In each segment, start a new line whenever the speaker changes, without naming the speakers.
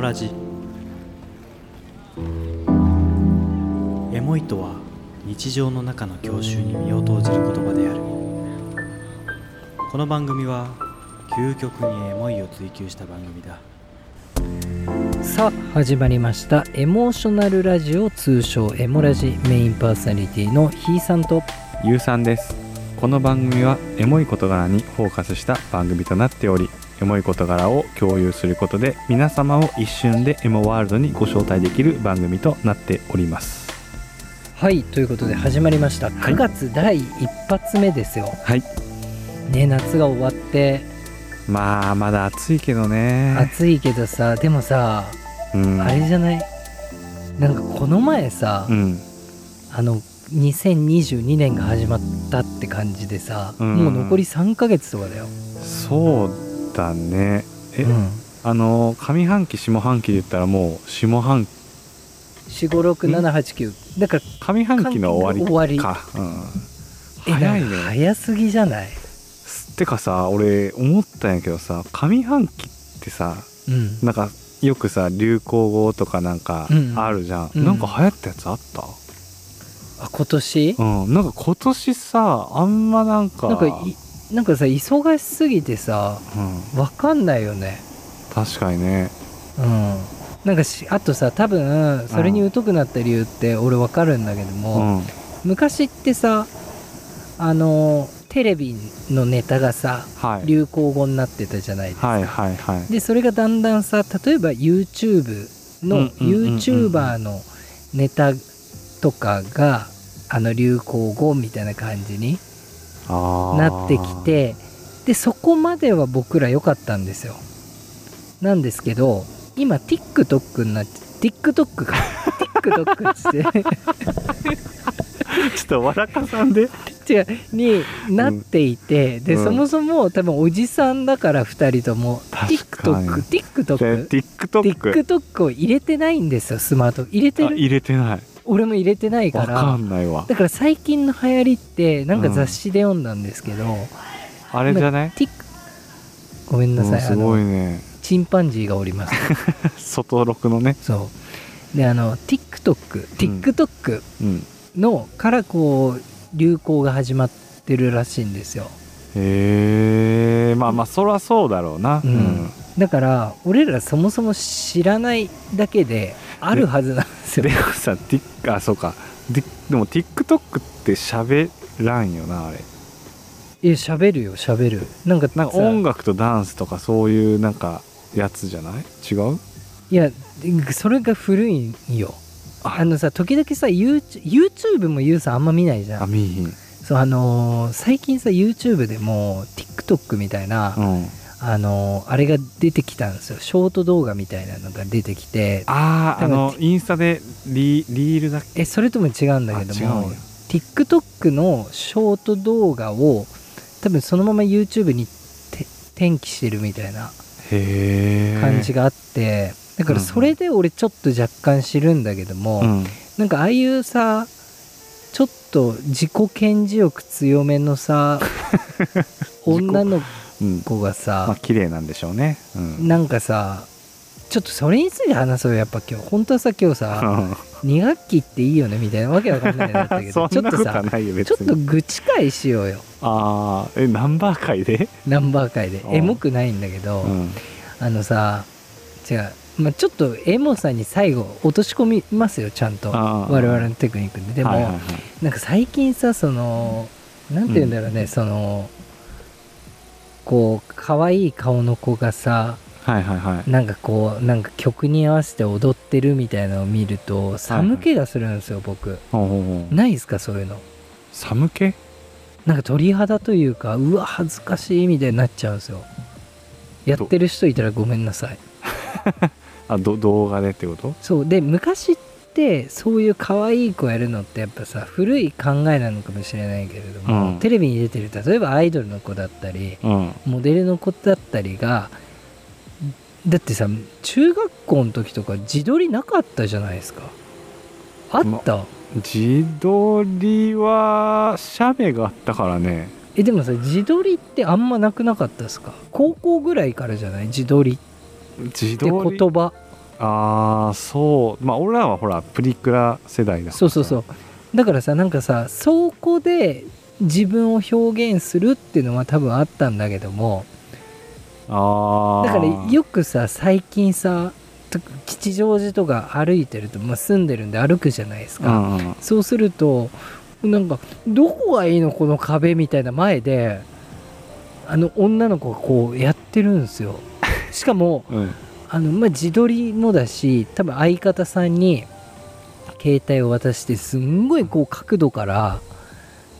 ラジエモいとは日常の中の郷愁に身を投じる言葉であるこの番組は究極にエモいを追求した番組だ
さあ始まりましたエモーショナルラジオ通称エモラジメインパーソナリティのひーさんと
ゆうさんですこの番組はエモい事柄にフォーカスした番組となっておりエモい事柄を共有することで皆様を一瞬でエモワールドにご招待できる番組となっております
はいということで始まりました
い
9月第一発目ですよ
はい
ね夏が終わって
まあまだ暑いけどね
暑いけどさでもさ
うん
あれじゃないなんかこの前さ
うん
あの2022年が始まったって感じでさ
うん
もう残り3ヶ月とかだよ
そうだねえ、
うん
あの上半期下半期で言ったらもう下半
456789だから
上半期の終わりかうん、
え
早い
なんか
ね
早すぎじゃない
てかさ俺思ったんやけどさ上半期ってさ
うん
なんかよくさ流行語とかなんか
うん
あるじゃん、
うん
なんか流行ったやつあった
あ今年
うん、なんか今年さあんまなんか
なんかいなんかさ忙しすぎてさ
うん、
わかんないよね
確かにね
うんなんかしあとさ多分それに疎くなった理由って俺わかるんだけど
う
も、
ん
昔ってさあのテレビのネタがさ
はい
流行語になってたじゃないですか、
はいはいはい
でそれがだんだんさ例えば YouTube
う
の
んうんうんうん
YouTuber のネタとかがあの流行語みたいな感じに
あー
なってきてでそこまでは僕ら良かったんですよなんですけど今 TikTok になって TikTok か TikTok っ
ちょっとわらかさんで
つって違うになっていて、で、
うん
そもそも多分おじさんだから2人とも
確かに
TikTokTikTok
TikTok
TikTok を入れてないんですよスマートフォン入れ
あ
てる
入れてない
俺も入れてないか
わからんないわ
だから最近の流行りってなんか雑誌で読んだんですけど、
あれじゃない
ティックごめんなさ
うん
い
す
あ
ごい
の
ね
チンパンジーがおり ます
外録のね
そうであの TikTokTikTok
うん
のからこう流行が始まってるらしいんですよ
へえまあまあそらそうだろうな
うんだから俺らそもそも知らないだけであるはずなんですよ
でもさティッあそうかででも TikTok って喋らんよなあれ
いや喋るよ喋るなんか
なんか
さ
音楽とダンスとかそういうなんかやつじゃない違う
いやそれが古いんよ
あ
あのさ時々さ YouTube, YouTube も YOU さんあんま見ないじゃ
あ
ん
見えひん
そうあのー最近さ YouTube でも TikTok みたいな、
うん
あのーあれが出てきたんですよショート動画みたいなのが出てきて
あーあのインスタでリリールだっけ
えそれとも違うんだけど
あ違
も
うんや
TikTok のショート動画を多分そのまま YouTube にて転記してるみたいな
へえ
感じがあって、だからそれで俺ちょっと若干知るんだけども、
うん
なんかああいうさちょっと自己顕示欲強めの さ女の
うん
子がさ、
まあ綺麗なんでしょうね うん
なんかさちょっとそれについて話そうよやっぱ今日本当はさ今日さ2学期っていいよねみたいなわけわかんないなったけどち
そ
ょ
ん
っ
な
と
こと
さ
はないよ別
ちょっと
に
愚痴会しようよ
ああえナンバー界で
ナンバー会で
うん
エモくないんだけど、
うん
あのさ違う、まあ、ちょっとエモさに最後落とし込みますよちゃんと
あ
我
ー
々のテクニックででも、
はいはいはい
なんか最近さそのなんて言うんだろうね、そのこう可愛い顔の子がさ
はいはいはい
なんかこうなんか曲に合わせて踊ってるみたいなのを見ると寒気がするんですよ、僕
ほうほうほう
ないですかそういうの
寒気
なんか鳥肌というかうわ恥ずかしいみたいになっちゃうんですよやってる人いたらごめんなさい
あど動画でってこと
そうで昔ってそういう可愛い子やるのってやっぱさ古い考えなのかもしれないけれども、
うん
テレビに出てる例えばアイドルの子だったり
うん
モデルの子だったりがだってさ中学校の時とか自撮りなかったじゃないですかあった、
自撮りは写メがあったからね
えでもさ自撮りってあんまなくなかったですか高校ぐらいからじゃない自撮りっ
自
て言
撮り
葉
ああそうまあ俺らはほらプリクラ世代だから
そうそうそうだからさなんかさそこで自分を表現するっていうのは多分あったんだけども
ああ
だからよくさ最近さと吉祥寺とか歩いてると、まあ、住んでるんで歩くじゃないです
う
か、
んうん
そうするとなんかどこがいいのこの壁みたいな前であの女の子がこうやってるんですよしかも
うん
あの、まあ、自撮りもだし多分相方さんに携帯を渡してすんごいこう角度から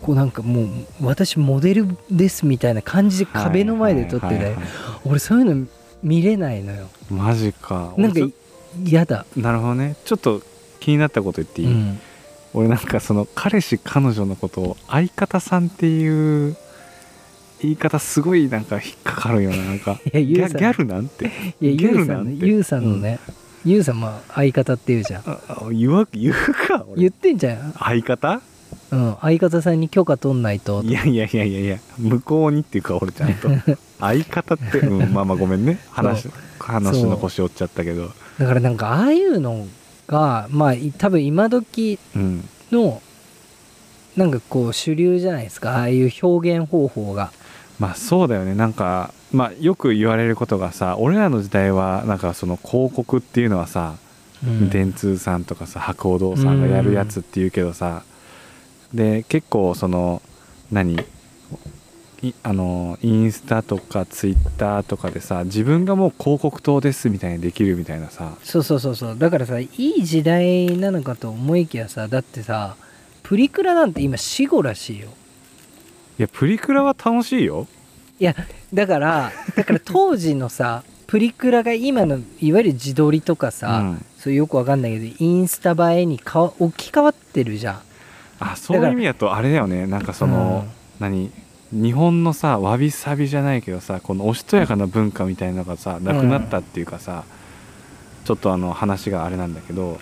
こうなんかもう私モデルですみたいな感じで壁の前で撮って
はいはい
て
はいはい
俺そういうの見れないのよ
マジか
なんか
俺ち
嫌だ、
ょなるほどねちょっと気になったこと言って
う
いい、
ん、
俺なんかその彼氏彼女のことを相方さんっていう言い方すごいなんか引っかかるよななんか
いや
ギ
ゆう
ャ
さん
ギャルなんて
いや
ギャ
ゆう
ル
さ
なんん
ね
て
ゆうさんのね、ゆうさんまあ相方っていうじゃん
ああ言わ言うか俺
言ってんじゃん、
相方
うん、相方さんに許可取んないと
いやいやいやいやいや向こうにっていうか俺ちゃ んと相方って、うん、まあまあごめんね話話の腰折っちゃったけど
だからなんかああいうのがまあい多分今時
うん
のなんかこう主流じゃないですかああいう表現方法が
まあそうだよねなんか、まあ、よく言われることがさ俺らの時代はなんかその広告っていうのはさ、
うん
電通さんとかさ博報堂さんがやるやつっていうけどさ、で結構その何いあのインスタとかツイッターとかでさ自分がもう広告塔ですみたいにできるみたいなさ
そうそうそうそうだからさいい時代なのかと思いきやさだってさプリクラなんて今死後らしいよ
いやプリクラは楽しいよ
いやだからだから当時の さプリクラが今のいわゆる自撮りとかさ、
うん
そうよくわかんないけどインスタ映えにかわ置き換わってるじゃん
あそういう意味だとあれだよねなんかその、何日本のさわびさびじゃないけどさこのおしとやかな文化みたいなのがさなくなったっていうかさ、ちょっとあの話があれなんだけど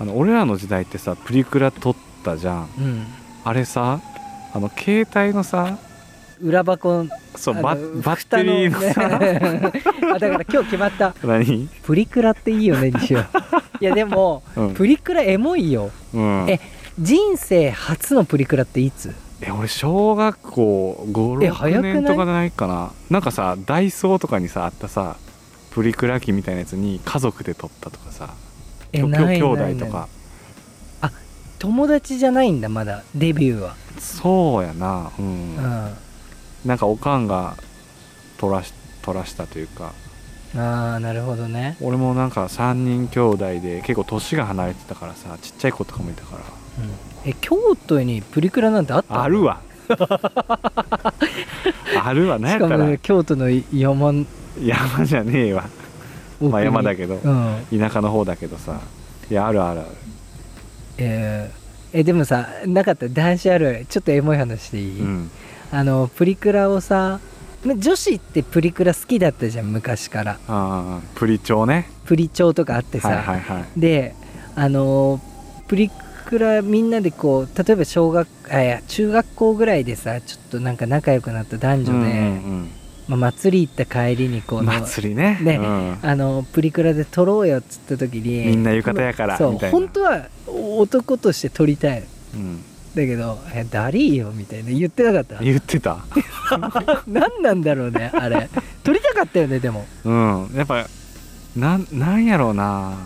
あの俺らの時代ってさプリクラ撮ったじゃん
うん、うん
あれさあの携帯のさ
裏箱
そう
あの
バッバッテリーの
蓋
さ
の あだから今日決まった
何、
プリクラっていいよねにしよ ういやでも
うん
プリクラエモいよ
うん、
え人生初のプリクラっていつ
え俺小学校
え早
56
くない
年とかじゃないかななんかさダイソーとかにさあったさプリクラ機みたいなやつに家族で撮ったとかさ
え
きょきょ
ない
兄
ない
弟と
ない
か
友達じゃないんだまだデビューは、
そうやな
う
う、
んん
なんかおかんが撮らし撮らしたというか
ああなるほどね
俺もなんか3人兄弟で結構年が離れてたからさちっちゃい子とかもいたから
え京都にプリクラなんてあった
ある わあるわ
し
何や
か
ったら
も京都の山奥
山じゃねえわ
に
まあ山だけど
うん
田舎の方だけどさいやあるあるある
えーえでもさなかった男子あるあるちょっとエモい話でいい、
うん
あのプリクラをさね女子ってプリクラ好きだったじゃん昔から
ああプリチョね
プリ帳とかあってさ、
はいはいはい
であのプリクラみんなでこう例えば小学あいや中学校ぐらいでさちょっとなんか仲良くなった男
うん
女で、
うん
まあ、祭り行った帰りにこ
うん
う
祭りね
ね
うん
あのプリクラで撮ろうよっつった時に
みんな浴衣やから
そう
みたいな
本当は男として撮りたいの
うん
だけど「えダリーよ」みたいな言ってなかった
言ってた
何なんだろうねあれ撮りたかったよねでも
うんやっぱなんなんやろうな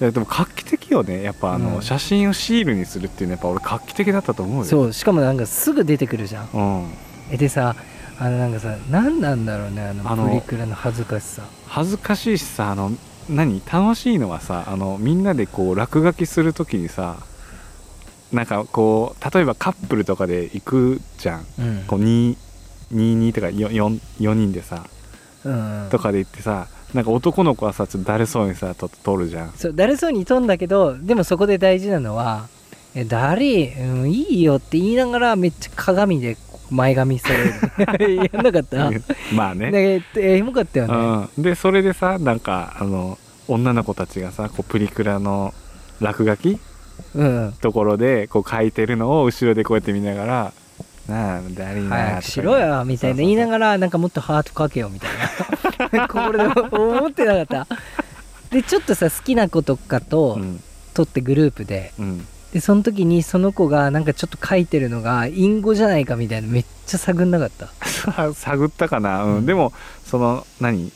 いやでも画期的よねやっぱあの、
うん
写真をシールにするっていうのはやっぱ俺画期的だったと思うよ
そうしかもなんかすぐ出てくるじゃん
うん、
えでさあのなんかさ何なんだろうねあ
あ
の
の
プリクラの恥ずかしさ
恥ずかしいしさあの何楽しいのはさあのみんなでこう落書きするときにさなんかこう例えばカップルとかで行くじゃん
うん
こう2 2とか 4, 4人でさ
うん
とかで行ってさなんか男の子はさちょっとだるそうにさと撮るじゃん
そうだるそうに撮んだけどでもそこで大事なのは「えダリー、うん、いいよ」って言いながらめっちゃ鏡で前髪揃えるやんなかっただ
まあ
け
ね
どえエモかったよね
うん、でそれでさなんかあの女の子たちがさこうプリクラの落書き
うん
ところでこう書いてるのを後ろでこうやって見ながら「なあだりーなー」
早くしろよみたいな言いな
ら
がらなんかもっとハートかけよみたいなこれでも思ってなかったでちょっとさ好きな子とかと
うん
撮ってグループで
うん
でその時にその子がなんかちょっと書いてるのが隠語じゃないかみたいなめっちゃ探んなかった
さ 探ったかな、うんでもその何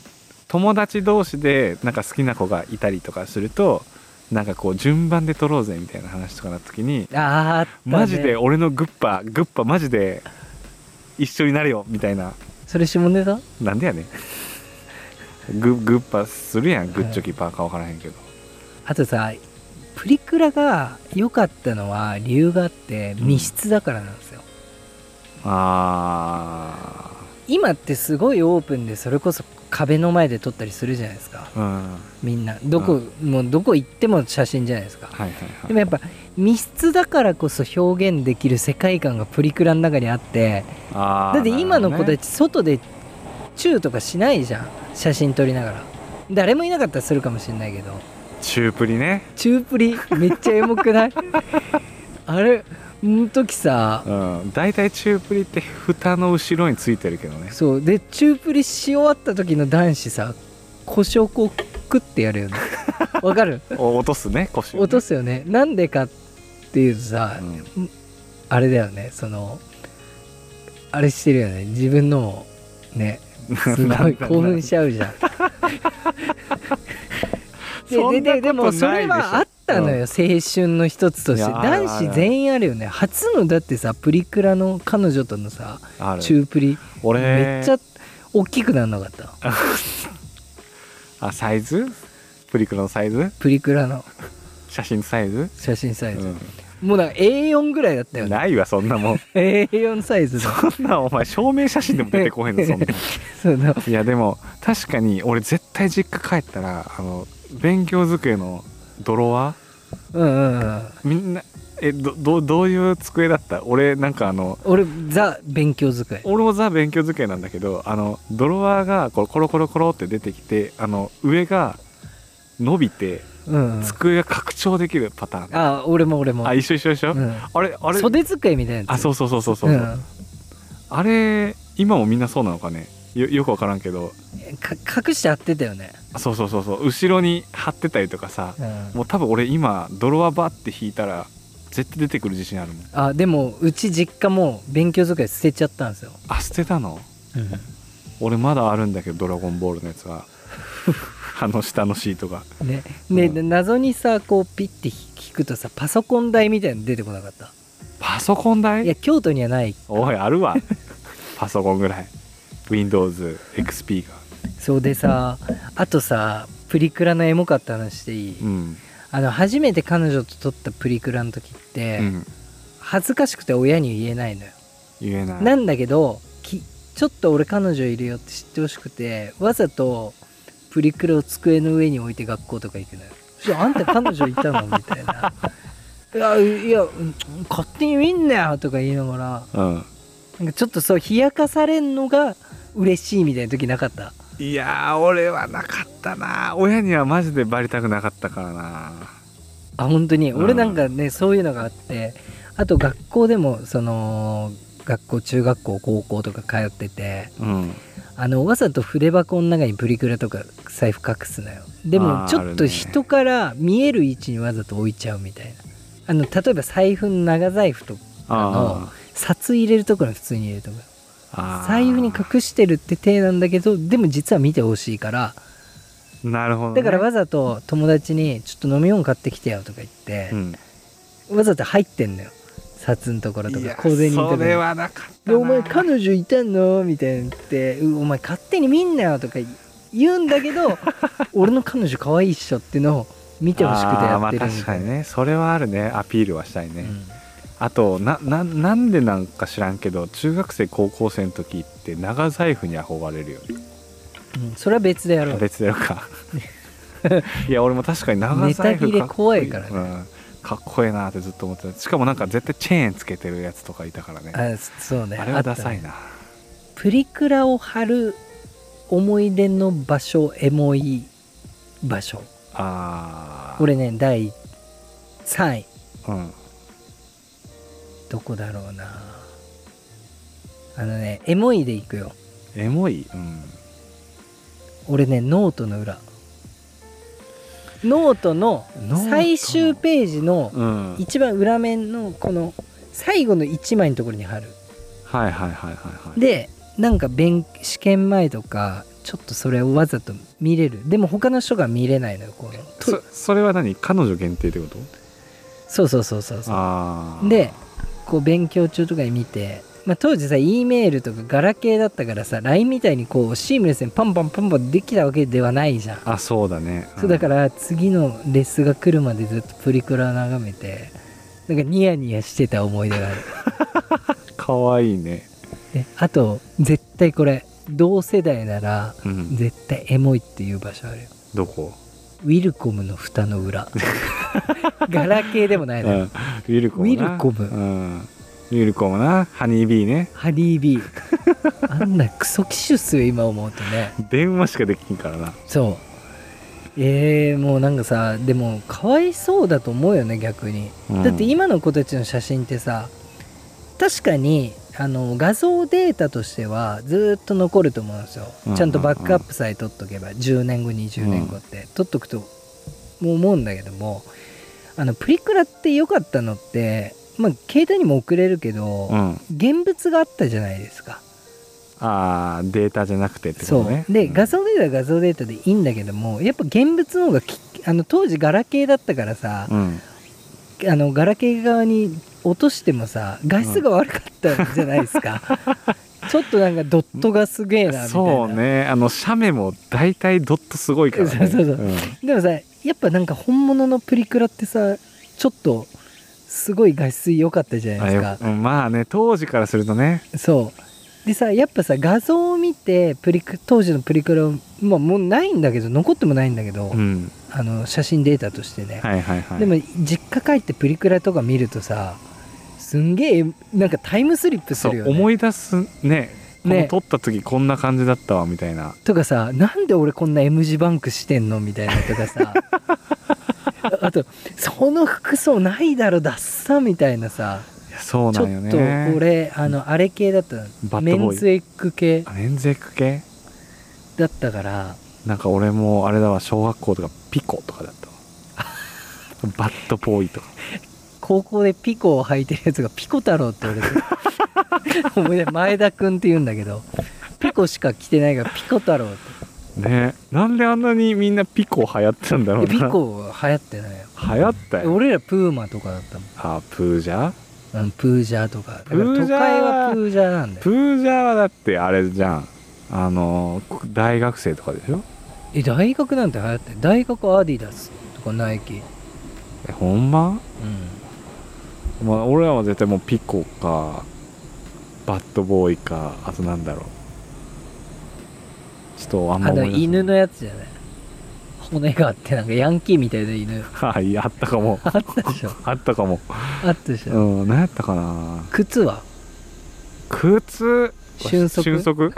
友達同士でなんか好きな子がいたりとかするとなんかこう順番で取ろうぜみたいな話とかなった時に
あーあった、ね、
マジで俺のグッパグッパマジで一緒になれよみたいな
それ下ネタ
なんでやねん ググッパするやんグッチョキパーか分からへんけど、
あとさプリクラが良かったのは理由があって
うん
密室だからなんですよ、
あ
今ってすごいオープンでそれこそ壁の前で撮ったりするじゃないですか
あうんはい
みんなどこ、もうどこ行っても写真じゃないですか
はい
で
は
も
い
やっぱ密室だからこそ表現できる世界観がプリクラの中にあって
あー
だって今の子
なる
たち外でチューとかしないじゃん写真撮りながら誰もいなかったらするかもしれないけど
ほどねチュープリね
チュープリめっちゃエモくない あれん時さ
うん大体チュープリって蓋の後ろについてるけどね
そうでチュープリし終わった時の男子さ胡椒粉をクッてやるよねわか る
お落とすね腰をね
落とすよねなんでかっていうとさ、
うん
あれだよねそのあれしてるよね自分のも ねすごい興奮しちゃうじゃん
そんなこと
ででででもそれ
ないでしょ
はあったのよ、
うん
青春の一つとして
いやある
男子全員あるよね初のだってさプリクラの彼女とのさ
ある
中プリ
俺
めっちゃ大きくなんなかった
あサイズプリクラのサイズ
プリクラの
写真サイズ、
写真サイズ、
うん
もうなんか A4 ぐらいだったよね
ないわそんなもん
A4 サイズの
そんなお前証明写真でも出てこへ んのそんな
その
いやでも確かに俺絶対実家帰ったらあの勉強机の泥は
うんうんうん
みんなえどどどういう机だった俺なんかあの
俺ザ勉強机
俺もザ勉強机なんだけどあのドロワーがこうコロコロコロって出てきてあの上が伸びて
うんうん
机が拡張できるパターン、
あ俺も俺も
あ一緒一緒一緒、
うん
あれあれ
袖机みたいなやつ
あそうそうそうそうそう、
うん
あれ今もみんなそうなのかねよよくわからんけど
か隠して貼ってたよね、
あそうそうそうそう後ろに貼ってたりとかさ
うん
もう多分俺今ドロワーバって引いたら絶対出てくる自信あるもん
あでもうち実家も勉強机捨てちゃったんですよ、
あ捨てたの俺まだあるんだけどドラゴンボールのや つはあの下のシートが
ねで、
う
謎にさこうピッて引くとさパソコン台みたいなの出てこなかった
パソコン
い
代
や京都にはない
おいあるわ パソコンぐらい WindowsXP が
そうでさあとさプリクラのエモかった話でいい、
うん、
あの初めて彼女と撮ったプリクラの時って、
うん、
恥ずかしくて親に言えないのよ、
言えない
なんだけどきちょっと俺彼女いるよって知ってほしくてわざとプリクラを机の上に置いて学校とか行くのよ「いやあんた彼女いたの?」みたいな「いやいやうん勝手に見んなよ」とか言いながら
うん、
なんかちょっとそう冷やかされんのが嬉しいみたいな時なかった
いやー俺はなかったな親にはマジでバリたくなかったからな
あ本当に
うん
俺なんかね、そういうのがあってあと学校でもその学校中学校高校とか通ってて
うん
あのわざと筆箱の中にプリクラとか財布隠すのよで
あ
も
ー
ち
あ
ょ
る
っ
ね
と人から見える位置にわざと置いちゃうみたいなあの例えば財布の長財布とかの
あ
札入れるところに普通に入れるところ
あー
財布に隠してるって体なんだけどでも実は見てほしいから
なるほど、ね、
だからわざと友達に「ちょっと飲み物買ってきてよ」とか言って
う、ん、
わざと入ってんのよ札のところと
い
か
や
小銭のところ
そ
に
れはなかった
で
な
お前彼女いたのみたいなって「うお前勝手に見んなよ」とか言うんだけ ど俺の彼女可愛いっしょっていうのを見てほしくてやって
あーまあ
る
確
み
か
たい
に
な、
ねそれはあるねアピールはしたい
う
ね、
ん
あとなななんでなんか知らんけど中学生高校生の時って長財布に憧れるよね
うんそれは別でやろう
別だよか いや俺も確かに長財布
ネタ切れ
かっこ
怖いからね
うんかっこいいなってずっと思ってたしかもなんか絶対チェーンつけてるやつとかいたからねあ
あそうね
れ
あ
は
った
ダ
ね
サいな、
プリクラを貼る思い出の場所エモい場所
あー
これね第3位
うん
どこだろうなあのねエモいでいくよ
エモい、うん、
俺ねノートの裏ノートの
ノートの
最終ページの
うんはい
一番裏面のこの最後の1枚のところに貼る
はいはいはいはい
でなんか勉試験前とかちょっとそれをわざと見れるでも他の人が見れないのよこのと
そそれは何彼女限定ってこと
そうそうそうそうそ
ああ
うでこう勉強中とかに見て、まあ、当時さ E メールとかガラケーだったからさ LINE みたいにこうシームレスにパンパンパンパンできたわけではないじゃん
あそうだね
そうだからら次のレッスンが来るまでずっとプリクラ眺めてなんかニヤニヤしてた思い出がある
かわいいね
であと絶対これ同世代なら
うん
絶対エモいっていう場所あるよ
どこ
ウィルコムの蓋の裏ガラケーでもないの
う
よ
んウィルコムな
ウィルコム
うん、ウィルコムなハニービーね
ハリービーあんなクソ機種っすよ今思うとね
電話しかできんからな
そうえー、もうなんかさでもかわいそうだと思うよね逆に
うん
だって今の子たちの写真ってさ確かにあの画像データとしてはずっと残ると思うんですよ、
うんうんうん
ちゃんとバックアップさえ取っとけば10年後20年後って、取っとくともう思うんだけどもあのプリクラって良かったのって、まあ、携帯にも送れるけど、
うん
現物があったじゃないですか、
あーデータじゃなくてってこ
そ
とね
うで
ん
画像データは画像データでいいんだけどもやっぱ現物の方がきあの当時ガラケーだったからさ、
うん
あのガラケー側に落としてもさ画質が悪かったんじゃないですか、 ちょっとなんかドットがすげえなみたいな
そうねあの写メも大体ドットすごいからね
そうそうそ
ん
でもさやっぱなんか本物のプリクラってさちょっとすごい画質良かったじゃない
あ
です
よ
か
うんまあね当時からするとね
そうでさやっぱさ画像を見てプリク当時のプリクラを、まあ、もうないんだけど残ってもないんだけど、
うん
あの写真データとしてね、
はいはいはい
でも実家帰ってプリクラとか見るとさすんげえなんかタイムスリップす
そ
るよ
う
ね
思い出すねこの
ね
撮った時こんな感じだったわみたいな
とかさなんで俺こんな M 字バンクしてんのみたいなとか さああとその服装ないだろダッサみたいなさ
いやそう
ちょ
な
っ
んよね
と俺あのあれ系だった
バ
の
ッド
メ
ボーイ
ンズエッグ系
あレンズエッグ系
だったから
なんか俺もあれだわ小学校とかピコとかだった わバッドボーイとか
高校でピコを履いてるやつがピコ太郎って俺 思い出前田君って言うんだけどピコしか着てないからピコ太郎って
ねなんであんなにみんなピコ流行ってたんだろう
で
な
ピコ流行ってないよ
流行ったよ
俺らプーマとかだったもん
あプージャー
あのプージャーとかだから
プー
都
ジャー
会はプージャーなんだよ
プージャーはだってあれじゃんあの大学生とかでしょ
え大学なんて流行ってる大学アディダスとかナイキうん
えほんま、まあ、俺らは絶対もうピコかバッドボーイかあとなんだろうちょっとあんま
あの
思い出せない
犬のやつじゃない骨があってなんかヤンキーみたいな犬
はいあったかも
あったでしょ
あったかも
あったでしょ、
うん何やったかな
靴は
靴
瞬足
瞬足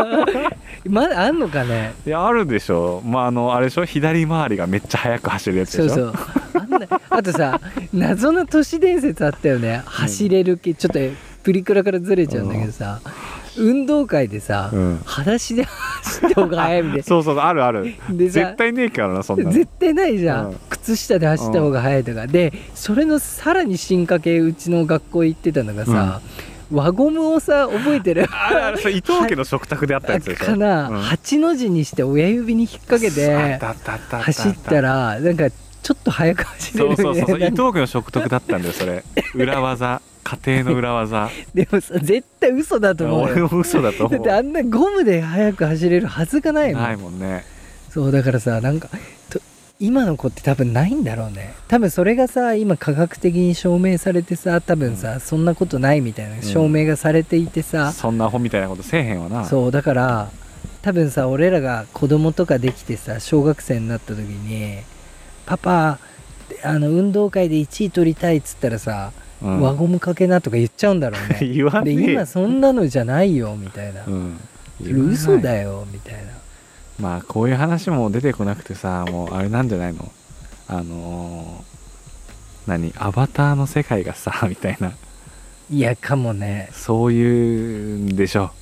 まだあんのかね
いやあるでしょまああのあれでしょ左回りがめっちゃ速く走るやつで
そ
しょ
うそうあんなあとさ謎の都市伝説あったよね走れる系、ちょっとプリクラからずれちゃうんだけどさ、運動会でさ、
うん
裸足で走った方が早いみたいな
そう そうあるある
でさ
絶対ねえからなそんなの
絶対ないじゃん、
うん
靴下で走った方が早いとか、でそれのさらに進化系うちの学校行ってたのがさ、輪ゴムをさ覚えてる
あれあれそれ伊藤家の食卓であったやつでしょ
かな、
うん
8の字にして親指に引っ掛け
あってたあったあったあった
走ったらなんかちょっと早く走れる
そう
みたい
そ
な
うそうそう伊藤家の食卓だったんだよそれ裏技家庭の裏技
でもさ絶対嘘だと思う
俺
よ
も嘘だと
だ
思
っ
う
てあんなゴムで速く走れるはずがないもん
ないもんね
そうだからさなんかと今の子って多分ないんだろうね多分それがさ今科学的に証明されてさ多分さ、そんなことないみたいな証明がされていてさ、
そんなアホみたいなことせえへんわな
そうだから多分さ俺らが子供とかできてさ小学生になった時に「パパあの運動会で1位取りたい」っつったらさ「
うん
輪ゴムかけな」とか言っちゃうんだろう ね
言わ
で
ねえ
今そんなのじゃないよみたいな、
うん
それ嘘
よ
だよみたいな
まあこういう話も出てこなくてさもうあれなんじゃないのあのー何アバターの世界がさみたいない
やかもね
そういうんでしょ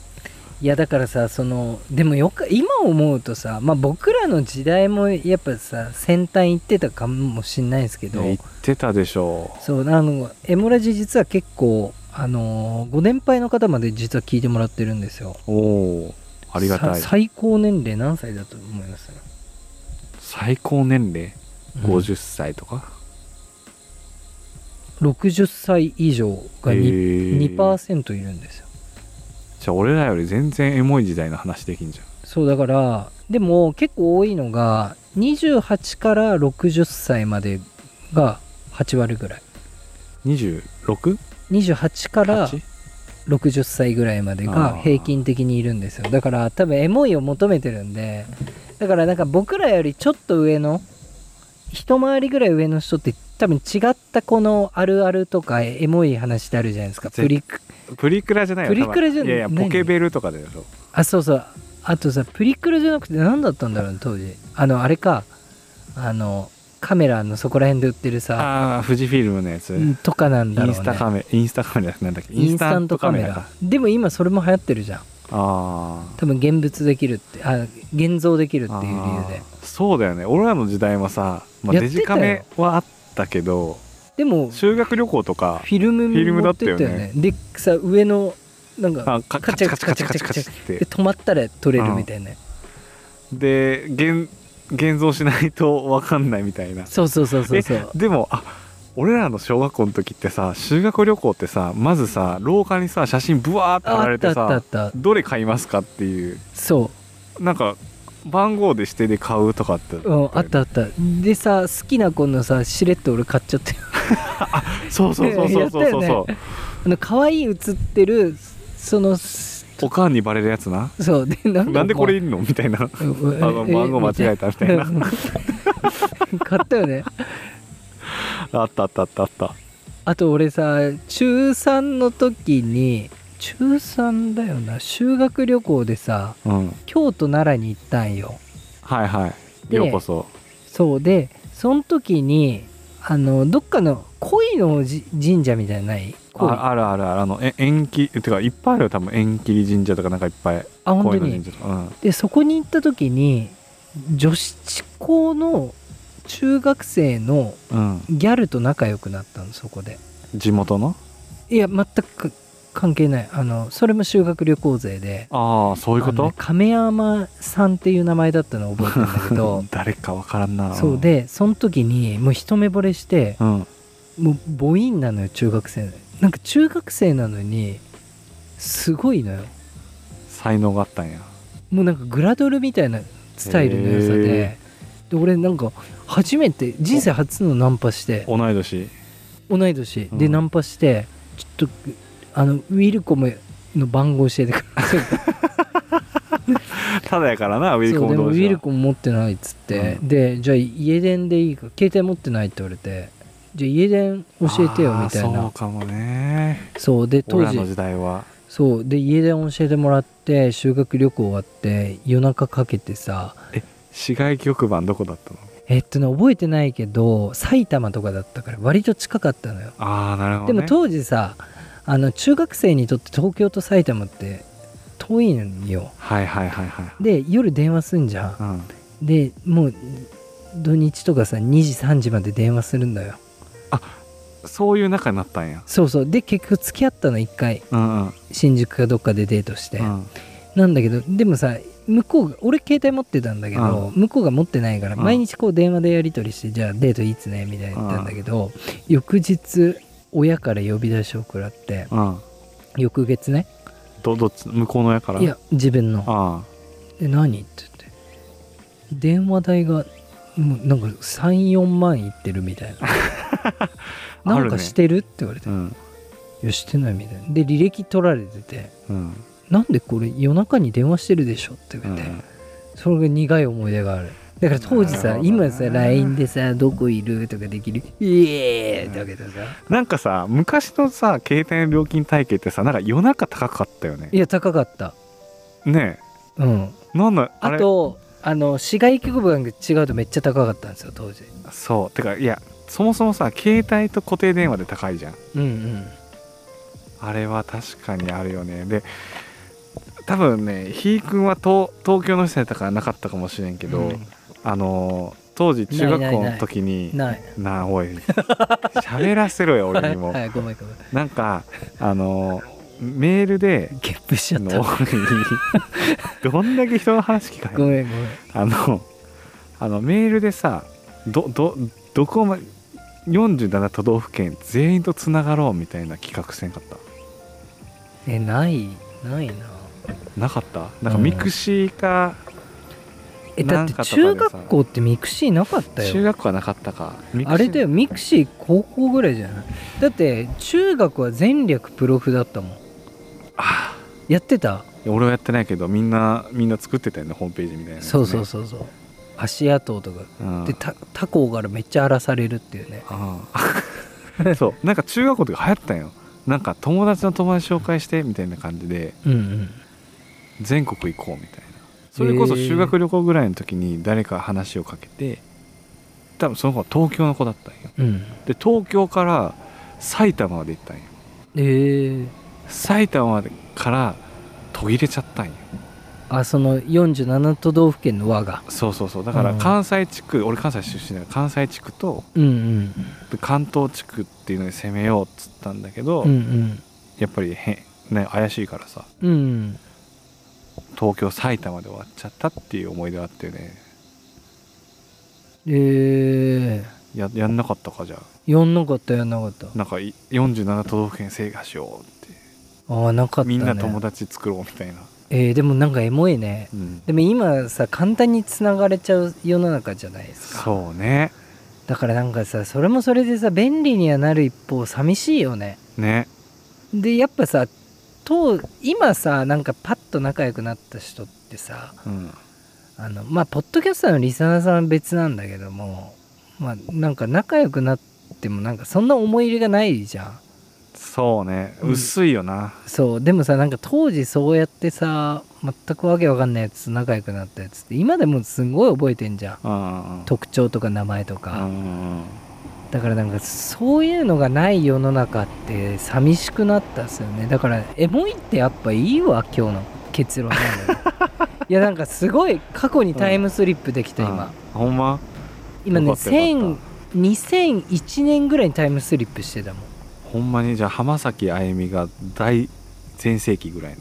いやだからさそのでもよく今思うとさ、まあ、僕らの時代もやっぱさ先端行ってたかもしんないですけど、
言ってたでしょ
そうあのエモラジ実は結構あのご年配の方まで実は聞いてもらってるんですよ
うおおありがたい
さ最高年齢何歳だと思います
最高年齢
うん
50歳とか、
60歳以上が 2%,、
へー
2%いるんですよ
じゃあ俺らより全然エモい時代の話できんじゃん
そうだからでも結構多いのが28から60歳までが8割ぐらい
26?
28から
8?
60歳ぐらいまでが
あー
平均的にいるんですよだから多分エモいを求めてるんでだからなんか僕らよりちょっと上の一回りぐらい上の人って多分違ったこのあるあるとかエモい話ってあるじゃないですか
ぜ
プリク
プリクラじゃないよ
プリクラじゃ
多分いやいや
何
ポケベルとかだよそう
あそうそうあとさプリクラじゃなくて何だったんだろうね当時あのあれかあのカメラのそこら辺で売ってるさ
ああ富士フィルムのやつ、
うんとかなんだ
イ
ろう
ン
ね
スタカメインスタカメラなんだっけ
インスタントカメ
インスタ
ラ
ント
でも今それも流行ってるじゃん
カメラああ
多分現物できるってあ現像できるっていう理由で
あーそうだよね俺らの時代もさ、まあ、
やっ
デ
てたよ
ジカメはあったけど
でもフ
修学旅行とか
ィルム
フィルム
持
だ
っ
った
て
よ
った
ね
よねでさ上のなんか
あカカチカチカチカチカチっ
で
て
止まったら撮れるみたいな、
で現現像しないと分かんないみたいな
そうそうそうそうそう
えでもあ俺らの小学校の時ってさ修学旅行ってさまずさ廊下にさ写真ブワーって貼
あ
ら
あ
れ
ったあっ
て
たあ
さ
った
どれ買いますかっていう
そう
なんか番号で指定で買うとかって、
うん、あったあったでさ好きな子のさしれっと俺買っちゃったよ
そうそうそうそうそ
やった
うそうそ
よ
う、
あの可愛い写ってるそのす
おかんにバレるやつな
そうでなんだ
なんでこれいるのみたいな
お前うん
あの番号間違えたみたいな
うん 買ったよね
あったあったあったあった
あと俺さ中3の時に中3だよな修学旅行でさ
うん
京都奈良に行ったんよ
はいはい
で
ようこそ
そうでその時にあのどっかの恋のじ神社みたいなのない恋
ああるあるあるあのえ縁切りてかいっぱいあるよ多分縁切り神社とかなんかいっぱい
あ本当
恋の
に
神社とか、うん、
でそこに行った時に女子高の中学生の
うん、
ギャルと仲良くなったのそこで
地元の
いや全く関係ないあのそれも修学旅行勢で
ああそういうこ
あの
と
ね亀山さんっていう名前だったのを覚えてるんだけ ど
誰かわからんな
そう、でその時にもう一目惚れして
うん、
もう母音なのよ中学生のなんか中学生なのにすごいのよ
才能があったんや
もうなんかグラドルみたいなスタイルの良さで
へ
で俺なんか初めて人生初のナンパして
同い年
同い年で
うん
ナンパしてちょっとあのウィルコムの番号教えてくれ
ただやから なウィリ
そ
コ
うで
ム
も
同
ウ
士
ィルコム持ってないっつって、
う
でじゃあ家電でいいか携帯持ってないって言われてじゃあ家電教えてよみたい
あーそう
な
かもね
そうで当
俺らの
時
時代は
そうで家電教えてもらって修学旅行終わって夜中かけてさ、
市外局番どこだったの
えっとね覚えてないけど埼玉とかだったから割と近かったのよ、
ああなるほ
で
ど、ね、
も当時さあの中学生にとって東京と埼玉って遠いのよ
はいはいはいはい
で夜電話すんじゃん
うん
でもう土日とかさ2時3時まで電話するんだよ
そういう仲になったんや
そうそうで結局付き合ったの1回
うんうん
新宿かどっかでデートして、
うん
なんだけどでもさ向こうが俺携帯持ってたんだけど、向こうが持ってないから
うん
毎日こう電話でやり取りして、じゃあデートいいっすねみたいな言ったんだけど、翌日親から呼び出しを食らって
うん
翌月ね
どどっち向こうのやから
いや自分の
あ
「で何?」って言って電話代がもうなんか34万いってるみたいな
あ
なん
るね
かしてるって言われて「
あうん
いやしてない」みたいなで履歴取られてて
うん
「なんでこれ夜中に電話してるでしょ」って
う
言わ
ん
れて、それが苦い思い出があるだから当時
な
さ
るほどね
今さ LINE でさ「どこいる?」とかできる「イエーイ!」だけどさ
なんかさ昔のさ携帯の料金体系ってさなんか夜中高かったよね
いや高かった
ね
うん
えなんだあ
あ
れ
とあの市外局番が違うとめっちゃ高かったんですよ当時
そうてかいやそもそもさ携帯と固定電話で高いじゃん
うんうん
あれは確かにあるよねで多分ねひーくんは東東京の人やったからなかったかもしれんけど、
うん
あのー当時中学校の時に
ない
なあおい喋らせろよ俺にも、
はい、はい、ごめんごめん
なんかあのーメールで
ゲップしちゃっ
の
た
俺にどんだけ人の話聞かへん
ごめんごめん
あのあのメールでさどどどこま47都道府県全員とつながろうみたいな企画せんかった
えないないな
なかったなんか
うん
ミクシーか、
えだって
なんかとかでさ
中学校ってミクシーなかった
中
よ
学校はなかったかミクシー
あれだよミクシー高校ぐらいじゃないだって中学は全略プロフだったもん
あ
やってた
ー俺はやってないけどみんなみんな作ってたよねホームページみたいな、
そうそうそうそう足跡とか
うん、
でた他校からめっちゃ荒らされるっていうね
ああ そうなんか中学校とか流行ったんよなんか友達の友達紹介してみたいな感じで
うんうん
全国行こうみたいなそれこそ修学旅行ぐらいの時に誰か話をかけて多分その子は東京の子だったんよ
うん
で東京から埼玉まで行ったんよ
ええ
埼玉までから途切れちゃったんよ
あその47都道府県の輪が
そうそうそうだから
うん
関西地区、俺関西出身だから関西地区と
うんうん
で関東地区っていうのに攻めようっつったんだけど、
うんうん
やっぱりへん、ね、怪しいからさ
うん
東京埼玉で終わっちゃったっていう思い出があってね
ええ
ややんなかったかじゃあ
やんなかったやんなかった
なんかい47都道府県制覇しようって
ああなかったね
みんな友達作ろうみたいな、
えーでもなんかエモいね
うん
でも今さ簡単につながれちゃう世の中じゃないですか
そうね
だからなんかさそれもそれでさ便利にはなる一方寂しいよね
ね
でやっぱさと今さなんかパッと仲良くなった人ってさ
うん
あのまあポッドキャスターのリスナーさんは別なんだけどもまあなんか仲良くなってもなんかそんな思い入れがないじゃん
そうね
うん
薄いよな、
そうでもさなんか当時そうやってさ全くわけわかんないやつと仲良くなったやつって今でもすごい覚えてんじゃん
うんうん
特徴とか名前と
う
か、
んうん
だからなんかそういうのがない世の中って寂しくなったっすよねだからエモいってやっぱいいわ今日の結論 なんだよいやなんかすごい過去にタイムスリップできた今、
あほんま
今ね
よかったよかっ
1000 2001年ぐらいにタイムスリップしてたもん
ほんまにじゃあ浜崎あゆみが大全盛期ぐらいの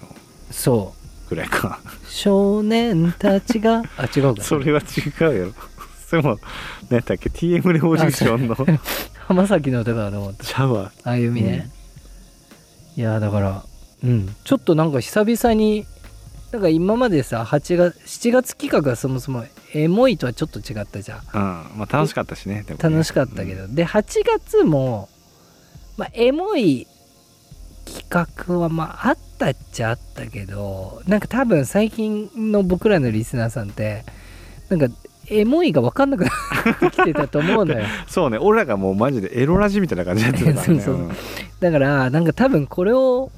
そ
ぐらいか
う少年たち があ違うか
それは違うやろそれも何やったっけ TM レボリューションの
浜崎の歌だと思った
シャワー
あゆみね、いやだからうんちょっとなんか久々になんか今までさ8月7月企画がそもそもエモいとはちょっと違ったじゃん
うんまあ楽しかったしねでもね
楽しかったけど、で8月も、まあ、エモい企画はまああったっちゃあったけどなんか多分最近の僕らのリスナーさんってなんかエモいが分かんなくなってきてたと思うのよ
そうね俺らがもうマジでエロラジみたいな感じになってたからね
そうそうだからなんか多分これを、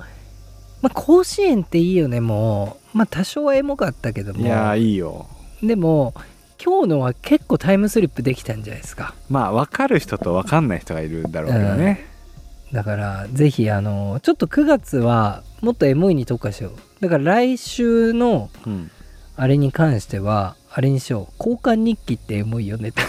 まあ、甲子園っていいよねもう、まあ、多少はエモかったけど
うん
も
いやーいいよ
でも今日のは結構タイムスリップできたんじゃないですか
まあ分かる人と分かんない人がいるんだろうけどね、
だからぜひあのちょっと9月はもっとエモいに特化しようだから来週の
うん
あれに関してはあれにしよう交換日記ってエモいよね と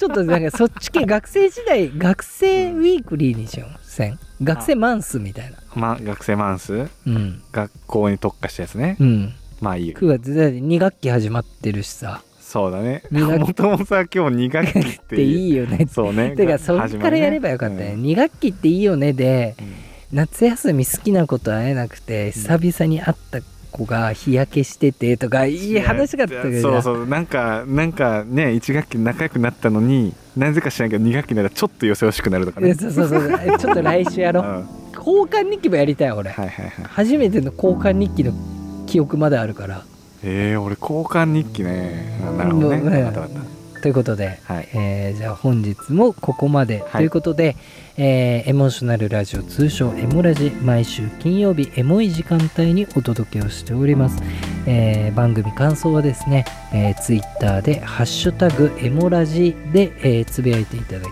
ちょっとなんかそっち系学生時代学生ウィークリーにしようせん学生マンスみたいな
まあ、学生マンス
うん
学校に特化したやつね、
うん
まあいいよ
9月だって2学期始まってるしさ
そうだね
二学期
もともさ今日2学期っ
ってて
い
いいよね
うそうね
てかそっからやればよかったね、、2学期っていいよねで
始まりね
夏休み好きな子と会えなくて久々に会った子が日焼けしててとか
うん
いい話があったけど
そう
う
そうなんかなんかね1学期仲良くなったのになぜか知らんけど2学期ならちょっと寄せ惜しくなるとかね
そうそうそう えちょっと来週やろ
うん
う
はい
交換日記もやりたい俺、
はいはい
初めての交換日記の記憶まだあるから
えー、俺交換日記ねあなるほどね
うんうん
わかったわかっ
ということで、
たはい
えーじゃあ本日もここまで、
い
ということで、えーエモーショナルラジオ通称エモラジ毎週金曜日エモい時間帯にお届けをしております、えー番組感想はですね、えツイッター Twitter で「ハッシュタグエモラジで」えーつぶやいていただ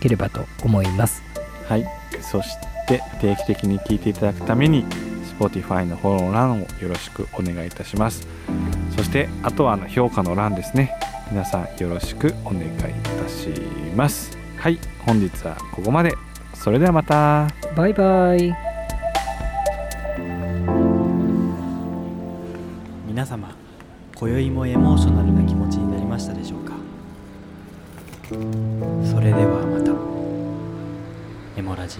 ければと思います
はい、そして定期的に聞いていただくために Spotify のフォロー欄をよろしくお願いいたしますそしてあとはあの評価の欄ですね皆さんよろしくお願いいたしますはい本日はここまでそれではまた
バイバイ
皆様今宵もエモーショナルな気持ちになりましたでしょうかそれではまたエモラジ